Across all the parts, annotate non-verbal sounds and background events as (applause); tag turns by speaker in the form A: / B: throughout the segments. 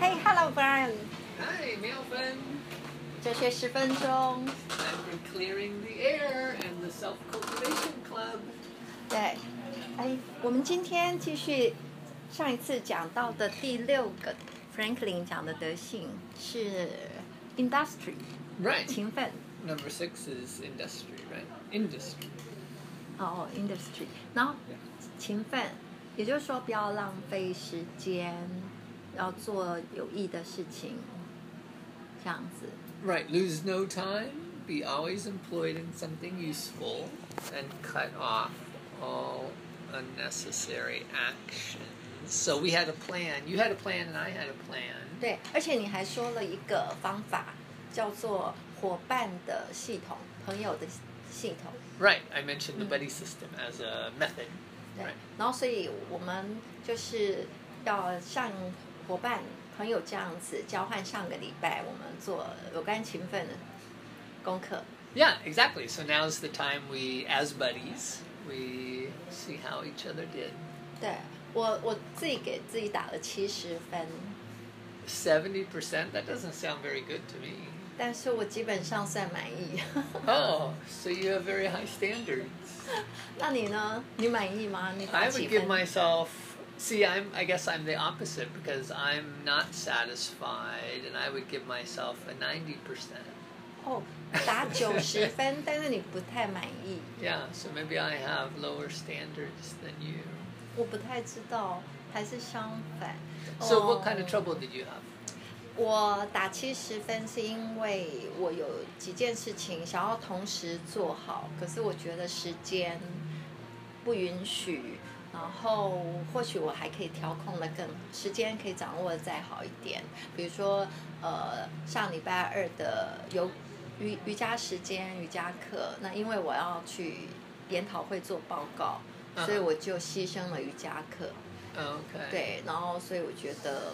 A: 嘿，Hello Brian，
B: Hi, Mailfin.
A: 哲学十分钟。
B: I'm from Clearing the Air and the Self Cultivation Club.
A: 对，哎，我们今天继续上一次讲到的第六个 Franklin 讲的德性是 industry，
B: Right.
A: 勤奋
B: Number six is industry, right? Industry.
A: 哦，industry，然后
B: Yeah.
A: 勤奋，也就是说不要浪费时间，要做有益的事情，这样子。
B: Right. Lose no time, be always employed in something useful, and cut off all unnecessary actions. So we had a plan. You had a plan, and I had a plan.
A: 对，而且你还说了一个方法，叫做伙伴的系统，朋友的系统。
B: Right. I mentioned the buddy system as a method.
A: 对
B: Mm. Right.，
A: 然后所以我们就是要像伙伴、朋友这样子交换。上个礼拜我们做有关勤奋的功课，
B: Yeah, exactly. So now's the time we, as buddies, we see how each other did.
A: 对我我自己给自己打了七十分，
B: Seventy percent. That doesn't sound very good to me.
A: 但是我基本上算满意。
B: Oh, so you have very high standards.
A: (laughs) 那你呢？你满意吗？你打
B: I
A: 几
B: would
A: 分？
B: give myself. See, I'm. I guess I'm the opposite because I'm not satisfied, and I would give myself a ninety percent.
A: 哦，打九十分，但是你不太满意。
B: Yeah. So maybe I have lower standards than you.
A: 我不太知道，还是相反。
B: So
A: 哦
B: what kind of trouble did you have?
A: 我打七十分是因为我有几件事情想要同时做好，可是我觉得时间不允许，然后或许我还可以调控的更时间可以掌握的再好一点。比如说，呃，上礼拜二的有瑜瑜伽时间瑜伽课，那因为我要去研讨会做报告，所以
B: 嗯
A: 我就牺牲了瑜伽课。
B: Oh, okay.
A: 对，然后所以我觉得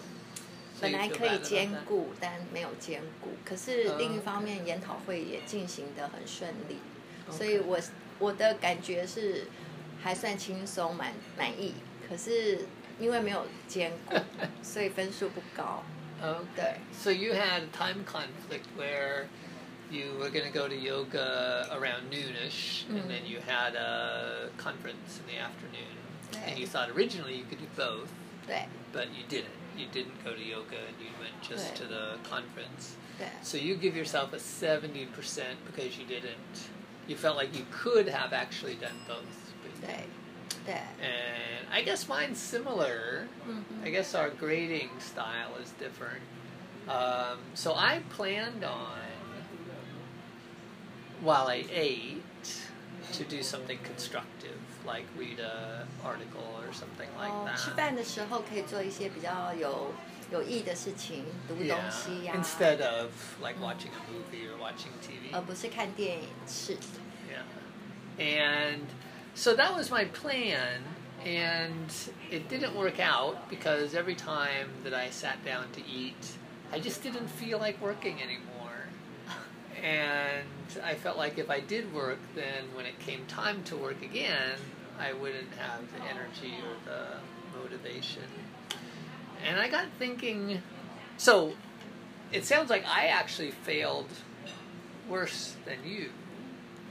B: So
A: 本
B: you
A: 来
B: feel
A: 可
B: bad
A: 以
B: about
A: 兼
B: that?
A: 顾，但没有兼顾。可是
B: 哦
A: 另一方面，研讨会也进行的很顺利，
B: OK
A: 所以我我的感觉是还算轻松，满满意。可是因为没有兼顾，所以分数不高。
B: Okay. So you had a time conflict where you were going to go to yoga around noonish,
A: Mm.
B: and then you had a conference in the afternoon. And you
A: Right.
B: thought originally you could do both,
A: 对
B: but you didn't. You didn't go to yoga, and you went just
A: Right.
B: to the conference.
A: 对
B: So you give yourself a 70% because you didn't. You felt like you could have actually done both. but-
A: 对对，
B: And I guess mine's similar.
A: 嗯哼
B: I guess our grading style is different. Um, so I planned on, while I ate, to do something constructive, like read a article or something like
A: 哦，吃
B: that.
A: 饭的时候可以做一些比较有有益的事情，读东
B: Yeah.
A: 西呀、
B: Instead of like watching a movie or watching TV.
A: 而不是看电影是。
B: Yeah. And so that was my plan. And it didn't work out because every time that I sat down to eat, I just didn't feel like working anymore. And I felt like if I did work, then when it came time to work again, I wouldn't have the energy or the motivation. And I got thinking so it sounds like I actually failed worse than you.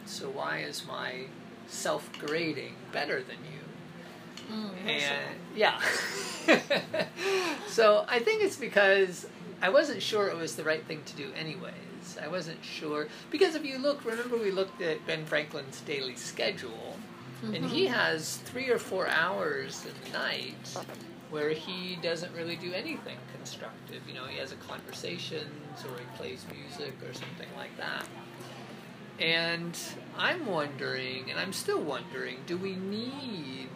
B: So why is my self grading better than you?
A: 嗯，为什么
B: And yeah. (laughs) so I think it's because I wasn't sure it was the right thing to do anyways. I wasn't sure because if you look, remember we looked at Ben Franklin's daily schedule and he has 3 or 4 hours in the night where he doesn't really do anything constructive. You know, he has a conversations or he plays music or something like that. And I'm wondering, and I'm still wondering, do we need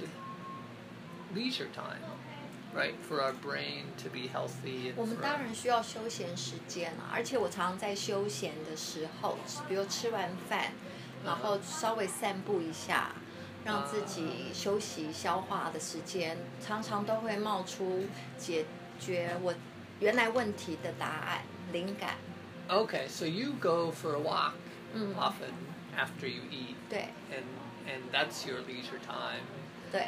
B: leisure time, right, for our brain to be healthy? And
A: 我们
B: for
A: 当
B: our-
A: 然需要休闲时间啊，而且我常常在休闲的时候，比如吃完饭，然后稍微散步一下，让自己休息消化的时间，常常都会冒出解决我原来问题的答案灵感。
B: Okay, so you go for a walk
A: 嗯，
B: often after you eat,
A: 对
B: and and that's your leisure time.
A: 对，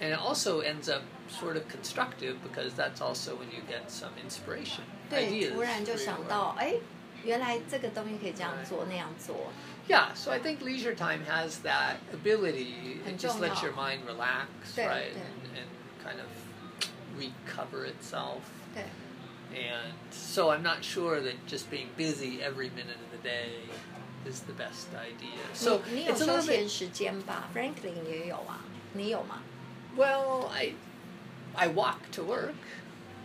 B: And it also ends up sort of constructive because that's also when you get some inspiration.
A: 对，
B: ideas
A: 突然就
B: for your
A: 想
B: work.
A: 到，哎，原来这个东西可以这样做那样做，
B: Yeah, so I think leisure time has that ability. It
A: And
B: just
A: don't
B: lets your
A: know.
B: mind relax,
A: Yeah,
B: right?
A: yeah.
B: And, and kind of recover itself.
A: 对，
B: And so I'm not sure that just being busy every minute of the day is the best idea. So 哎
A: 你你有
B: it's a
A: 休
B: little
A: 闲
B: bit.
A: 时间吧？Franklin 也有啊，你有吗？
B: Well, I I walk to work,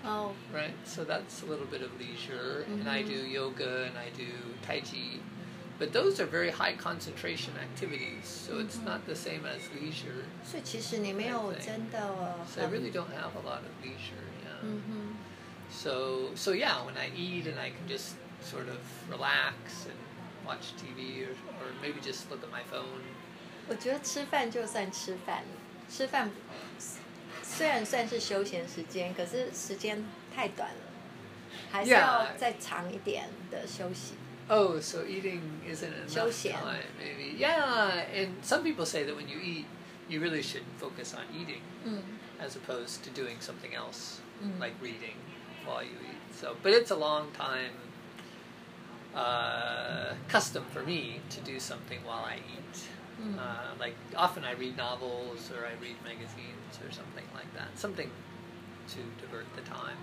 A: 哦，
B: right? So that's a little bit of leisure. And I
A: Mhm.
B: do yoga and I do tai chi. But those are very high concentration activities, so it's
A: Mhm.
B: not the same as leisure.
A: 所以其实你没有真的
B: So I
A: 很，
B: really don't have a lot of leisure. Yeah.
A: 嗯哼，
B: So so yeah, when I eat and I can just sort of relax and watch TV or, or maybe just look at my phone.
A: 我觉得吃饭就算吃饭，吃饭虽然算是休闲时间，可是时间太短了，还是
B: Yeah.
A: 要再长一点的休息。
B: Oh, so eating isn't enough
A: Shoshin.
B: time, maybe. Yeah, and some people say that when you eat, you really should focus on eating
A: 嗯
B: as opposed to doing something else
A: Mm.
B: like reading while you eat. So, but it's a long time uh, custom for me to do something while I eat.
A: 嗯
B: Uh, like often I read novels or I read magazines or something like that. Something to divert the time.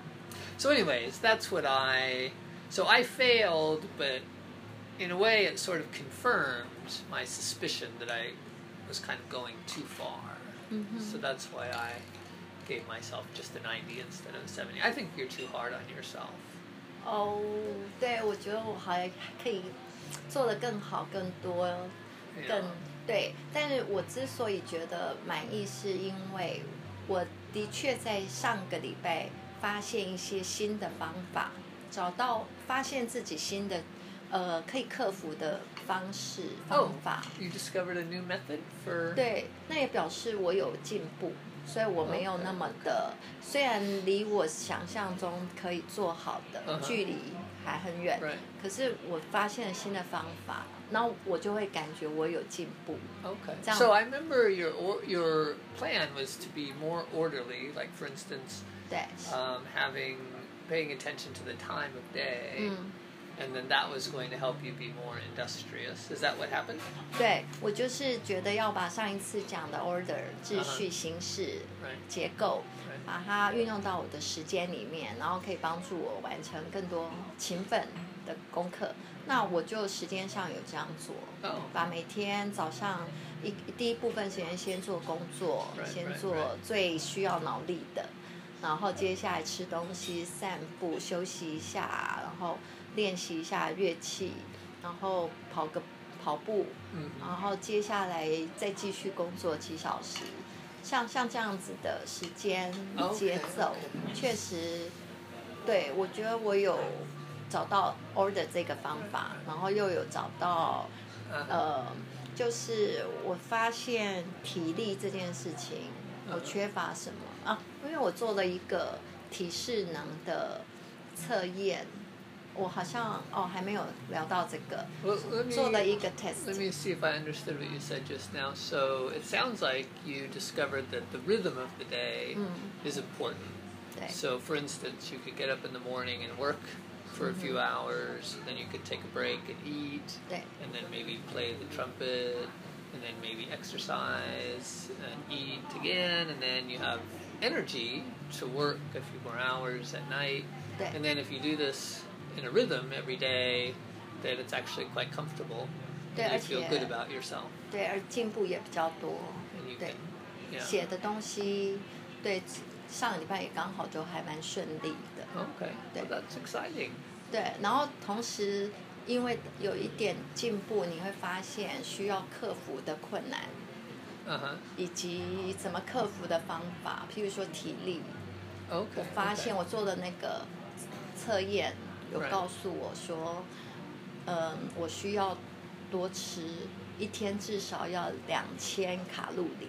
B: So, anyways, that's what I. So I failed, but in a way, it sort of confirmed my suspicion that I was kind of going too far.
A: 嗯哼。
B: So that's why I gave myself just a 90 instead of a 70. I think you're too hard on yourself.
A: 哦，对，我觉得我还可以做的更好、更多、
B: you
A: 更
B: know.
A: 对。啊但是我之所以觉得满意，是因为我的确在上个礼拜发现一些新的方法，找到发现自己新的呃可以克服的方式方
B: Oh,
A: 法。
B: you discovered a new method for.
A: 对，那也表示我有进步，所以我没
B: 哦
A: 有那么的虽然离我想象中可以做好的、
B: 嗯哼
A: 距离还很远
B: Right.
A: 可是我发现了新的方法，然后我就会感觉我有进步。
B: Okay.
A: Down.
B: So I remember your or, your plan was to be more orderly, like for instance,
A: 对，
B: um, having paying attention to the time of day,
A: 嗯，
B: and then that was going to help you be more industrious. Is that what happened?
A: 对我就是觉得要把上一次讲的 order 秩序、形式、
B: 嗯 Right.
A: 结构
B: Right.，
A: 把它运用到我的时间里面，然后可以帮助我完成更多勤奋的功课。那我就时间上有这样做。
B: Oh.
A: 把每天早上一第一部分时间先做工作
B: Right,
A: 先
B: right,
A: 做
B: right.
A: 最需要脑力的，然后接下来吃东西、散步、休息一下，然后练习一下乐器，然后跑个跑步，
B: Mhm.
A: 然后接下来再继续工作几小时。像像这样子的时间
B: Okay,
A: 节奏
B: okay.
A: 确实，对我觉得我有找到 order 这个方法，然后又有找到
B: Uh-huh.
A: 呃，就是我发现体力这件事情，
B: 嗯
A: 我缺乏什么啊？因为我做了一个体适能的测验，我好像哦还没有聊到这个，
B: Well, let me-
A: 做了一个
B: Let
A: test，
B: me see if I understood what you said just now. So it sounds like you discovered that the rhythm of the day
A: Mm.
B: is important.
A: 对
B: So, for instance, you could get up in the morning and work for a few hours, then you could take a break and eat,
A: 对
B: and then maybe play the trumpet, and then maybe exercise and eat again, and then you have energy to work a few more hours at night.
A: 对
B: And then if you do this in a rhythm every day, then it's actually quite comfortable. And
A: Yeah,
B: you feel good
A: yeah.
B: about yourself.
A: 对，而进步也比较多，
B: And you
A: Yeah.
B: can, 嗯 yeah.
A: 写的东西对上礼拜也刚好就还蛮顺利的。
B: Okay.
A: Yeah.
B: Well, that's exciting.
A: 对，然后同时因为有一点进步，你会发现需要克服的困难，
B: Uh huh.
A: 以及怎么克服的方法，譬如说体力。
B: Okay.
A: 发
B: okay.
A: 现我做的那个测验有
B: Right.
A: 告诉我说，嗯，我需要多吃一天至少要两千卡路里，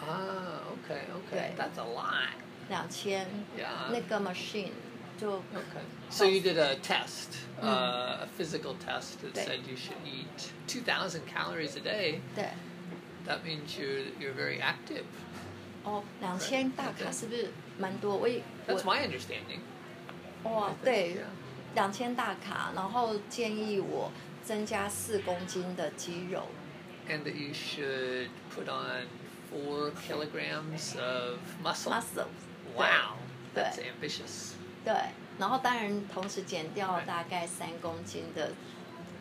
B: Ah, okay, okay.
A: Yeah.
B: That's a lot.
A: 两千
B: Yeah.
A: 那个 machine 就
B: Okay. So you did a test, uh, a physical test that
A: Right.
B: said you should eat 2,000 calories a day.
A: 对
B: That means you're you're very active.
A: 哦，两千大卡是不是蛮多？我以
B: That's
A: 我
B: my understanding.
A: 哇，对
B: Yeah.，
A: 两千大卡，然后建议我增加四公斤的肌肉。
B: And that you should put on four kilograms of muscle.
A: muscle，
B: Wow,
A: But-
B: that's ambitious.
A: 对，然后当然同时减掉大概三公斤的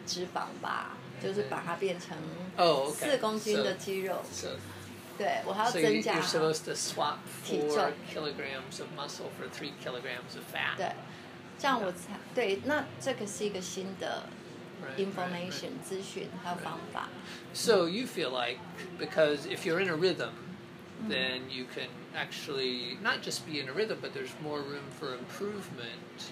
A: 脂肪吧，就是把它变成
B: Oh, okay.
A: 四公斤
B: So-
A: 的肌肉。
B: So,
A: 对我还要
B: so you,
A: 增加
B: you're supposed to swap
A: Keep
B: four
A: going.
B: kilograms of muscle for three kilograms of fat.
A: 对，这样我才对。那这个是一个新的
B: Right, right, right.
A: information 资讯还有方法。
B: So you feel like because if you're in a rhythm, then you can actually not just be in a rhythm, but there's more room for improvement.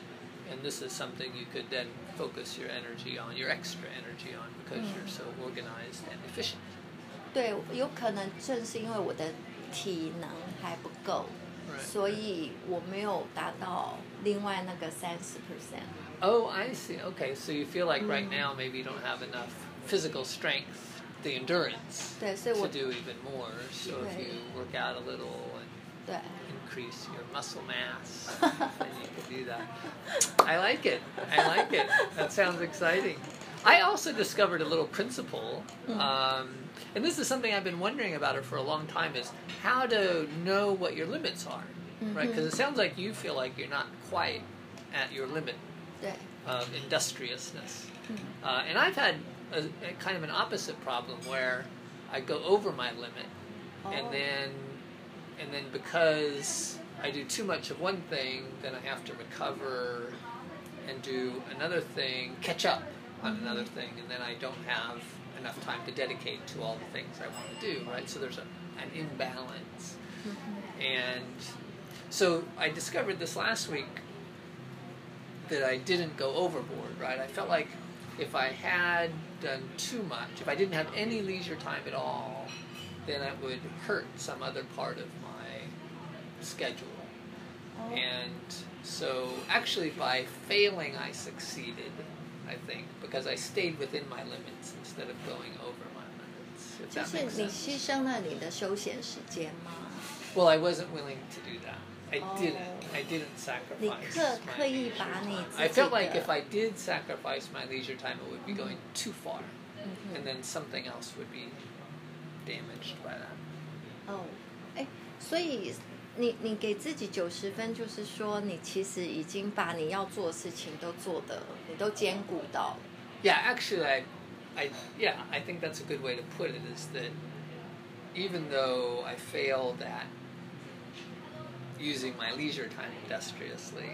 B: And this is something you could then focus your energy on, your extra energy on, because you're so organized and efficient.
A: 对，有可能正是因为我的体能还不够
B: Right.
A: 所以我没有达到另外那个三十 percent。
B: Oh, I see. Okay, so you feel like right now maybe you don't have enough physical strength, the endurance,
A: 对，所以
B: to
A: 我
B: do even more. So if
A: Right.
B: you work out a little and
A: 对
B: increase your muscle mass. and you can do that. I like it. I like it. That sounds exciting. I also discovered a little principle, um, and this is something I've been wondering about it for a long time: is how to know what your limits are, right? Because it sounds like you feel like you're not quite at your limit
A: 对，
B: of industriousness. Uh, and I've had a, a kind of an opposite problem where I go over my limit,
A: Oh.
B: and then and then because I do too much of one thing, then I have to recover and do another thing, catch up on another thing, and then I don't have enough time to dedicate to all the things I want to do. Right, so there's a, an imbalance, and so I discovered this last week that I didn't go overboard, right? I felt like if I had done too much, if I didn't have any leisure time at all, then it would hurt some other part of my schedule. And so, actually, by failing, I succeeded, I think, because I stayed within my limits instead of going over my limits. If
A: 就
B: that
A: 是
B: makes
A: 你
B: sense.
A: 牺牲了你的休闲时间吗？
B: Well, I wasn't willing to do that. I
A: Oh.
B: didn't. I didn't
A: 你
B: sacrifice.
A: 刻
B: my
A: 刻意
B: leisure
A: 把你
B: time.
A: 自
B: I
A: 己
B: felt like if
A: 的
B: I did sacrifice my leisure time, it would be going too far,
A: 嗯 Hmm.
B: and then something else would be damaged by that.
A: 哦，哎，所以你你给自己九十分，就是说你其实已经把你要做的事情都做的，你都兼顾到。
B: Yeah, actually, I, I, yeah, I think that's a good way to put it. Is that even though I failed at using my leisure time industriously,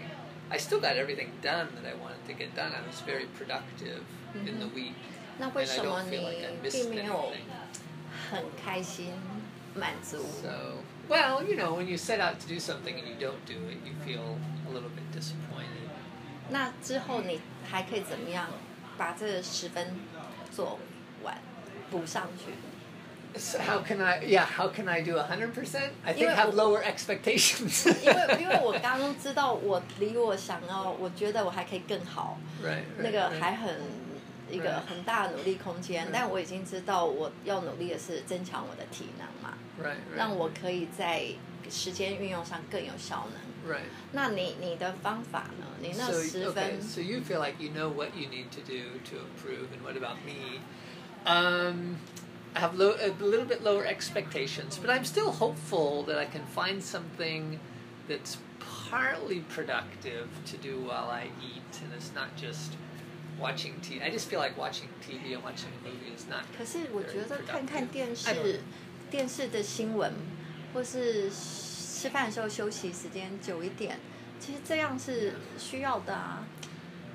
B: I still got everything done that I wanted to get done. I was very productive in the week.
A: 那为
B: And I
A: 什么
B: don't
A: 你
B: feel like I
A: 并
B: missed
A: 没有
B: anything.
A: 很开心、满足？
B: So, well, you know, when you set out to do something and you don't do it, you feel a little bit disappointed.
A: 那之后你还可以怎么样把这十分做完，补上去？
B: So how can I? Yeah, how can I do hundred percent? I
A: You
B: think
A: know-
B: have lower expectations.
A: 因为
B: (laughs)
A: 因为我刚刚知道我离我想要，我觉得我还可以更好，
B: right, right,
A: 那个
B: right.
A: 还很一个很大的努力空间，但我已经知道我要努力的是增强我的体能嘛，
B: right,
A: 让
B: right,
A: 我可以在时间运用上更有效能。
B: right.
A: 那你你的方法呢？你那
B: So
A: 十
B: okay,
A: 分
B: so you feel like you know what you need to do to improve, and what about me? Um, I have low, a little bit lower expectations, but I'm still hopeful that I can find something that's partly productive to do while I eat, and it's not just watching TV. I just feel like watching TV and watching a movie is not.
A: 可是我觉得
B: very productive.
A: 看看电
B: I don't know.
A: 视、电视的新闻，或是吃饭的时候休息时间久一点，其实这样是需要的啊。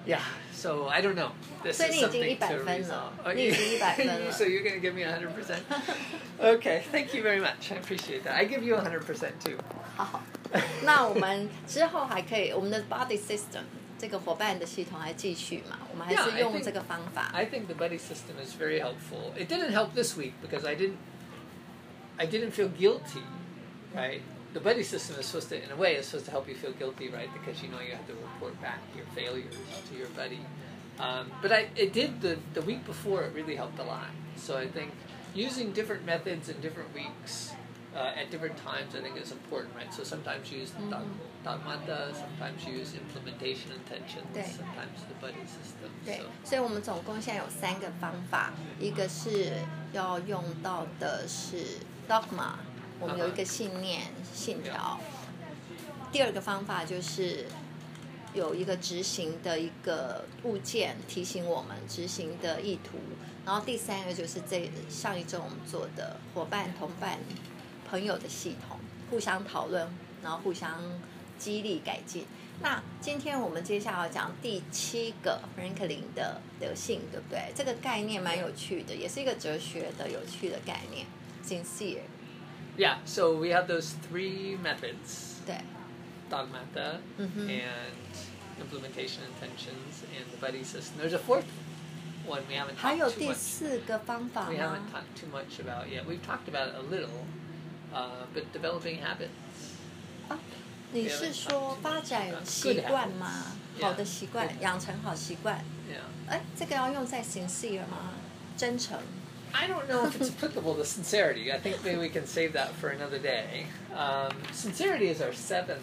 B: Yeah, so I don't know. This
A: 所
B: is
A: 以你已经
B: something
A: 100
B: to
A: 分了。
B: resolve. Oh, (laughs)
A: 你已经100分了。
B: so you're going to give me (laughs) 100%? Okay, thank you very much. I appreciate that. I give you 100% too.
A: 好， (laughs) 那我们之后还可以，我们的 Body System 这个伙伴的系统还继续嘛？我们还
B: Yeah, I
A: 是
B: think-
A: 用这个方法。
B: I think the buddy system is very helpful. It didn't help this week because I didn't I didn't feel guilty, right? The buddy system is supposed to in a way is supposed to help you feel guilty, right? Because you know you have to report back your failures to your buddy. Um, but I it did the the week before it really helped a lot. So I think using different methods in different weeks uh, at different times, I think it's important, right? So sometimes you use dog dogmata, sometimes you use implementation intentions,
A: Right.
B: sometimes the buddy system.
A: 对
B: So，
A: 所以我们总共现在有三个方法，一个是要用到的是 dogma，我们有一
B: Uh-huh
A: 个信念信条。第二个方法就是有一个执行的一个物件提醒我们执行的意图，然后第三个就是这上一周我们做的伙伴、同伴、朋友的系统，互相讨论，然后互相激励改进。那今天我们接下来要讲第七个 Franklin 的德性，对不对？这个概念蛮有趣的，也是一个哲学的有趣的概念，sincere。
B: yeah, so we have those three methods
A: 对，
B: dogmata
A: 嗯哼，
B: and implementation intentions and the buddy system. There's a fourth one we haven't
A: 还有
B: talked too
A: 第
B: much
A: 四个方法
B: we
A: 吗
B: haven't？talked too much about yet. We've talked about it a little, uh, but developing habits.
A: 啊你是说发展习惯吗？
B: Good habits.
A: 好的习惯，养成好习惯。
B: Yeah.
A: 哎，这个要用在 sincere 吗？真诚。
B: I don't know if it's applicable to sincerity. I think maybe we can save that for another day. Um, sincerity is our seventh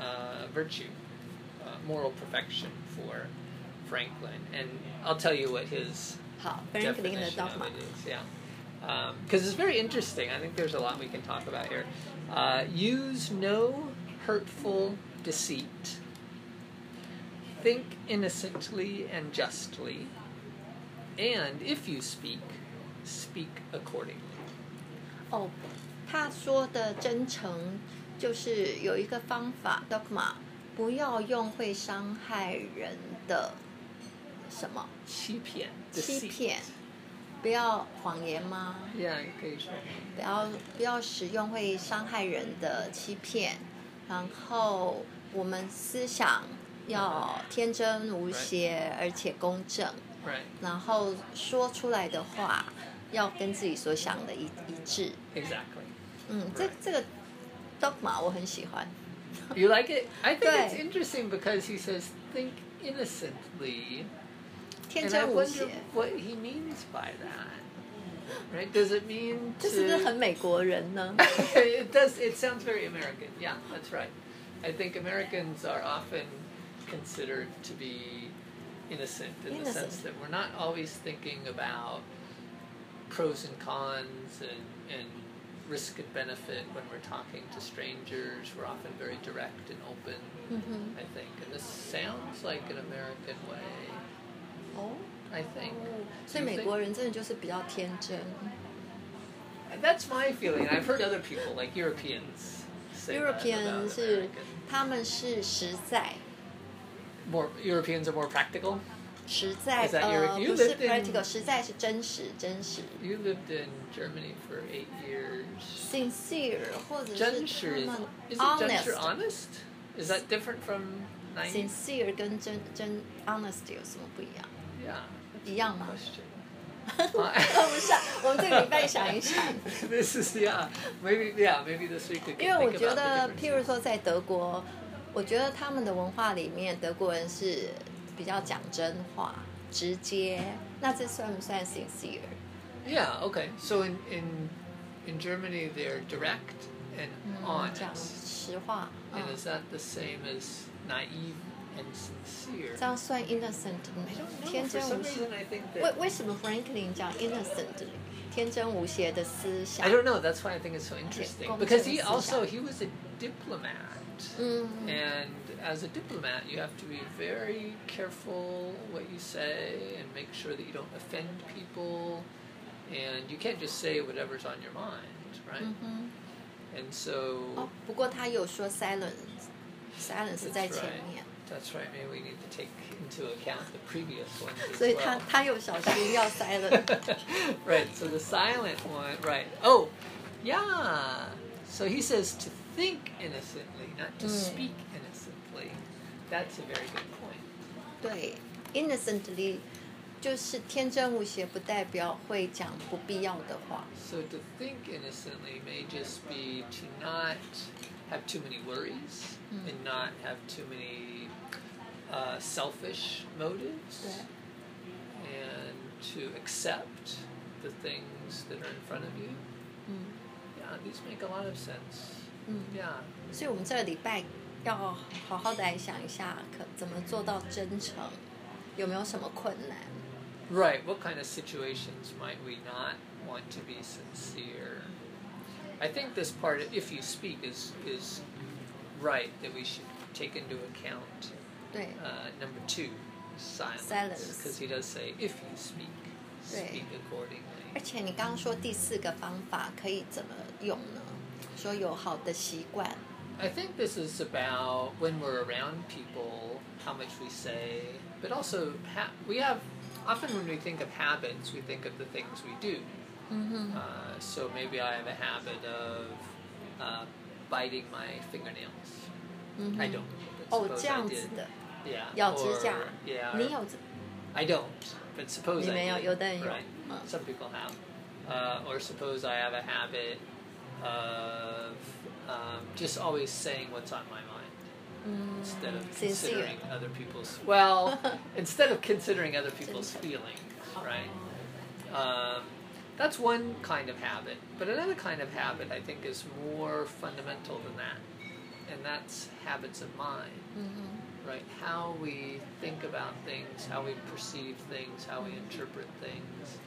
B: uh, virtue, uh, moral perfection for Franklin. And I'll tell you what his
A: 好 f r a n k l i n 的
B: definition of
A: dogma
B: it。is, yeah. Because it's very interesting. I think there's a lot we can talk about here. Uh, use no hurtful deceit. Think innocently and justly. And if you speak, speak accordingly.
A: 哦，他说的真诚就是有一个方法 dogma，不要用会伤害人的什么
B: 欺骗,
A: 欺
B: deceit.
A: 骗，不要谎言吗？
B: Yeah, 可以说。
A: 不要不要使用会伤害人的欺骗，然后我们思想要天真无邪，而且公正，
B: Right,
A: 然后说出来的话要跟自己所想的一一致。
B: exactly.
A: 嗯，这
B: Right.
A: 这个 dogma 我很喜欢。
B: You like it? I think it's
A: Right.
B: interesting because he says, think innocently
A: 天
B: and I
A: 真无
B: wonder
A: 邪，
B: what he means by that. Right? Does it mean
A: 这是不是
B: to?
A: 很美国人呢？
B: (laughs) it does. It sounds very American. Yeah, that's right. I think Americans are often considered to be innocent in the
A: Innocent.
B: sense that we're not always thinking about pros and cons and and risk and benefit when we're talking to strangers. We're often very direct and open.
A: 嗯哼，
B: I think, and this sounds like an American way.
A: 哦，
B: I think.
A: 所以
B: Do you
A: 美
B: think-
A: 国人真的就是比较天真。
B: That's my feeling. I've heard other people, like Europeans, say that about
A: European 是
B: Americans.
A: 他们是实在，
B: more Europeans are more practical.
A: 实在
B: Is that your-
A: 呃
B: you
A: 不是
B: lived in-
A: practical，实在是真实真实。
B: You lived in Germany for eight years.
A: sincere 或者是
B: Genscher
A: 他
B: is
A: 们
B: isn't Genscher
A: honest。
B: honest? Is that different from nine?
A: sincere 跟真真 honest 有什么不一样？
B: Yeah,
A: 一样吗？ (laughs)
B: question. Oh, Uh, (laughs)
A: 我们下，我们这个礼拜想一想。
B: this is yeah. Maybe yeah. Maybe this week we
A: 因为
B: can
A: 我
B: think
A: 觉
B: about
A: 得
B: the，
A: 譬如
B: differences.
A: 说在德国，我觉得他们的文化里面，德国人是比较讲真话、直接，那这算不算 sincere？
B: Yeah. Okay. So in in in Germany they're direct and
A: 嗯，
B: honest.
A: 讲实话，嗯
B: And，is that the same as naive and sincere?
A: 嗯这样算 innocent
B: I don't
A: 吗？
B: know.
A: 天
B: For
A: 真
B: some
A: 无邪。
B: reason, I think
A: 为
B: that.
A: 为什么 Franklin 讲 innocent 天真无邪的思想
B: I？don't know. That's why I think it's so interesting
A: Well,
B: because he
A: it's
B: also
A: social.
B: he was a diplomat,
A: 嗯，
B: and as a diplomat, you have to be very careful what you say and make sure that you don't offend people, and you can't just say whatever's on your mind, right?
A: 嗯哼。
B: And so
A: 哦，不过他有说 silence。silence
B: That's
A: 在前
B: right.
A: 面
B: that's right. Maybe we need to take into account the previous ones as
A: 所以
B: well.
A: 他他有小心要 silence。
B: (laughs) right, so the silent one, right. Oh, yeah. So he says to think innocently, not to
A: Mm.
B: speak innocently. That's a very good point.
A: 对，innocently 就是天真无邪，不代表会讲不必要的话。
B: So to think innocently may just be to not have too many worries
A: Mm.
B: and not have too many uh, selfish motives
A: 对，
B: and to accept the things that are in front of you.
A: 嗯，
B: Yeah, these make a lot of sense.
A: 嗯，
B: Yeah.
A: 所以我们这个礼拜要好好的来想一下，可怎么做到真诚，有没有什么困难？
B: Right. What kind of situations might we not want to be sincere? I think this part, if you speak, is is right that we should take into account.
A: 对，
B: Uh, number two, silence.
A: Silence.
B: Because he does say, if you speak, speak accordingly.
A: 而且你刚刚说第四个方法可以怎么用呢？说有好的习惯，
B: I think this is about when we're around people, how much we say, but also ha- we have often when we think of habits, we think of the things we do.
A: 嗯哼，
B: Uh, so maybe I have a habit of uh, biting my fingernails.
A: 嗯
B: I
A: 哼，
B: don't. but
A: 哦，Mm-hmm.
B: suppose
A: Oh, 这
B: I
A: 样
B: did.
A: 子的，
B: Yeah.
A: 咬指甲。
B: or- yeah. or-
A: 你有这
B: I don't, but suppose I
A: 你没有，
B: did,
A: 有的人有，
B: right?
A: 嗯。
B: Some people have. Uh, or suppose I have a habit of um, just always saying what's on my mind.
A: 嗯哦
B: instead of
A: Mm. ，sincere
B: considering other people's well instead of considering other people's feelings right um, that's one kind of habit but another kind of habit i think is more fundamental than that and that's habits of mind
A: 嗯哼。
B: right how we think about things how we perceive things how we interpret things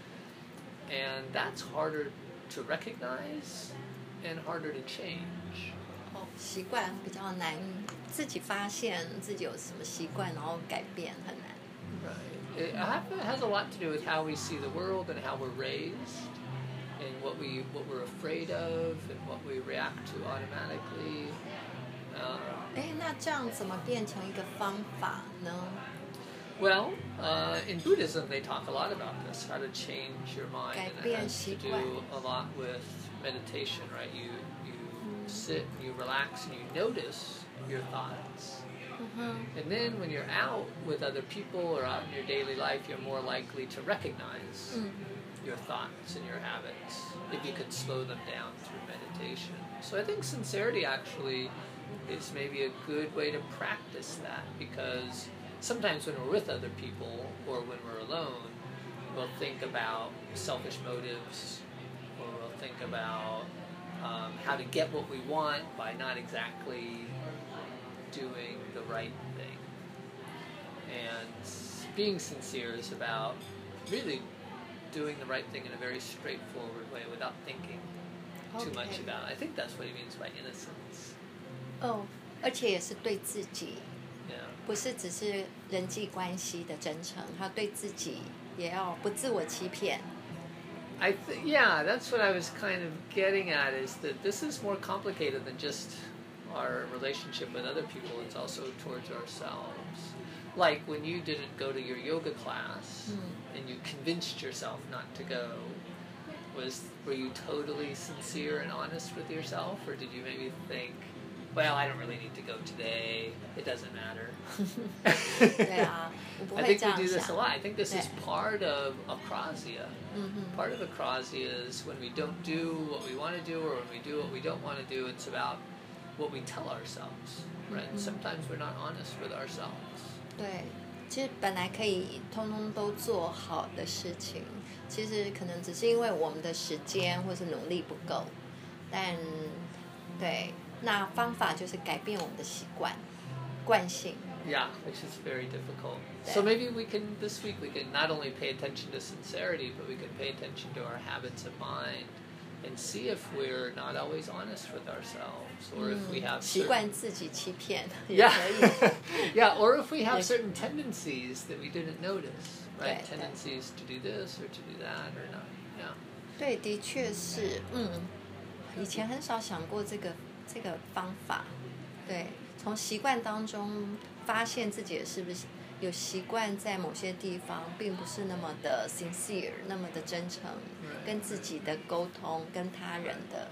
B: and that's harder to recognize and harder to change
A: 哦习惯比较难自己发现自己有什么习惯，然后改变很难。
B: Right. It ha- it has a lot to do with how we see the world and how we're raised, and what we what we're afraid of, and what we react to automatically. Uh,
A: 哎，那这样怎么变成一个方法呢？
B: well, uh, in Buddhism, they talk a lot about this: how to change your mind, and
A: 改
B: it has to do
A: 变习惯。
B: a lot with meditation, right? You you sit, and you relax, and you notice your thoughts.
A: 嗯哼，
B: And then when you're out with other people or out in your daily life, you're more likely to recognize
A: Mm.
B: your thoughts and your habits if you could slow them down through meditation. So I think sincerity actually is maybe a good way to practice that because sometimes when we're with other people or when we're alone, we'll think about selfish motives or we'll think about um, how to get what we want by not exactly doing the right thing. And s- being sincere is about really doing the right thing in a very straightforward way without thinking too much
A: Okay.
B: about it. I think that's what he means by innocence.
A: 哦，而且也是对自己，
B: Yeah.
A: 不是只是人际关系的真诚，还有对自己也要不自我欺
B: (laughs)
A: 骗。
B: I th- yeah, that's what I was kind of getting at is that this is more complicated than just our relationship with other people. It's also towards ourselves. Like when you didn't go to your yoga class and you convinced yourself not to go, was were you totally sincere and honest with yourself, or did you maybe think, well, I don't really need to go today. It doesn't matter.
A: 对啊，我不
B: (laughs) I
A: 会
B: think
A: 这
B: we
A: 样
B: do this a
A: 想。
B: lot. I think this is
A: Yeah.
B: part of akrasia.
A: 嗯哼，
B: Part of akrasia is when we don't do what we want to do or when we do what we don't want to do, it's about what we tell ourselves, right?
A: Mhm.
B: Sometimes we're not honest with ourselves.
A: 对，其实本来可以通通都做好的事情，其实可能只是因为我们的时间或是努力不够，但对，那方法就是改变我们的习惯、惯性。
B: Yeah, which is very difficult. So
A: Yeah.
B: maybe we can, this week, we can not only pay attention to sincerity, but we can pay attention to our habits of mind and see if we're not always honest with ourselves or if we have
A: 习
B: certain-
A: 惯自己欺骗也
B: 啊 Yeah.
A: 可以。
B: (laughs) yeah, or if we have
A: Like-
B: certain tendencies that we didn't notice,
A: Right,
B: right?
A: right.
B: tendencies to do this or to do that or not. Yeah.
A: 对，的确是，嗯，以前很少想过这个这个方法。对，从习惯当中发现自己是不是有习惯在某些地方并不是那么的 sincere，那么的真诚，
B: Right.
A: 跟自己的沟通，跟他人的，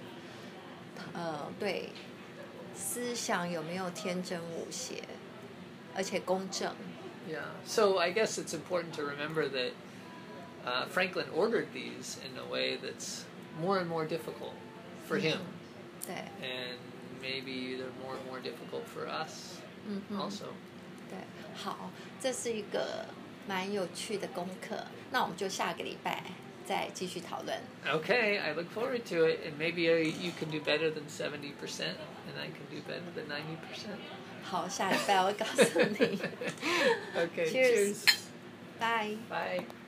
A: 呃，对，思想有没有天真无邪，而且公正。
B: Yeah. So I guess it's important to remember that uh, Franklin ordered these in a way that's more and more difficult for him,
A: 对，
B: and maybe they're more and more difficult for us
A: 嗯哼。
B: also.
A: 对，好，这是一个蛮有趣的功课，那我们就下个礼拜再再继续讨论。
B: Okay, I look forward to it, and maybe uh, you can do better than 70%, and I can do better than 90%.
A: 好， (laughs) 下礼拜我会告诉你。
B: (laughs) okay,
A: Cheers.
B: cheers.
A: Bye.
B: Bye.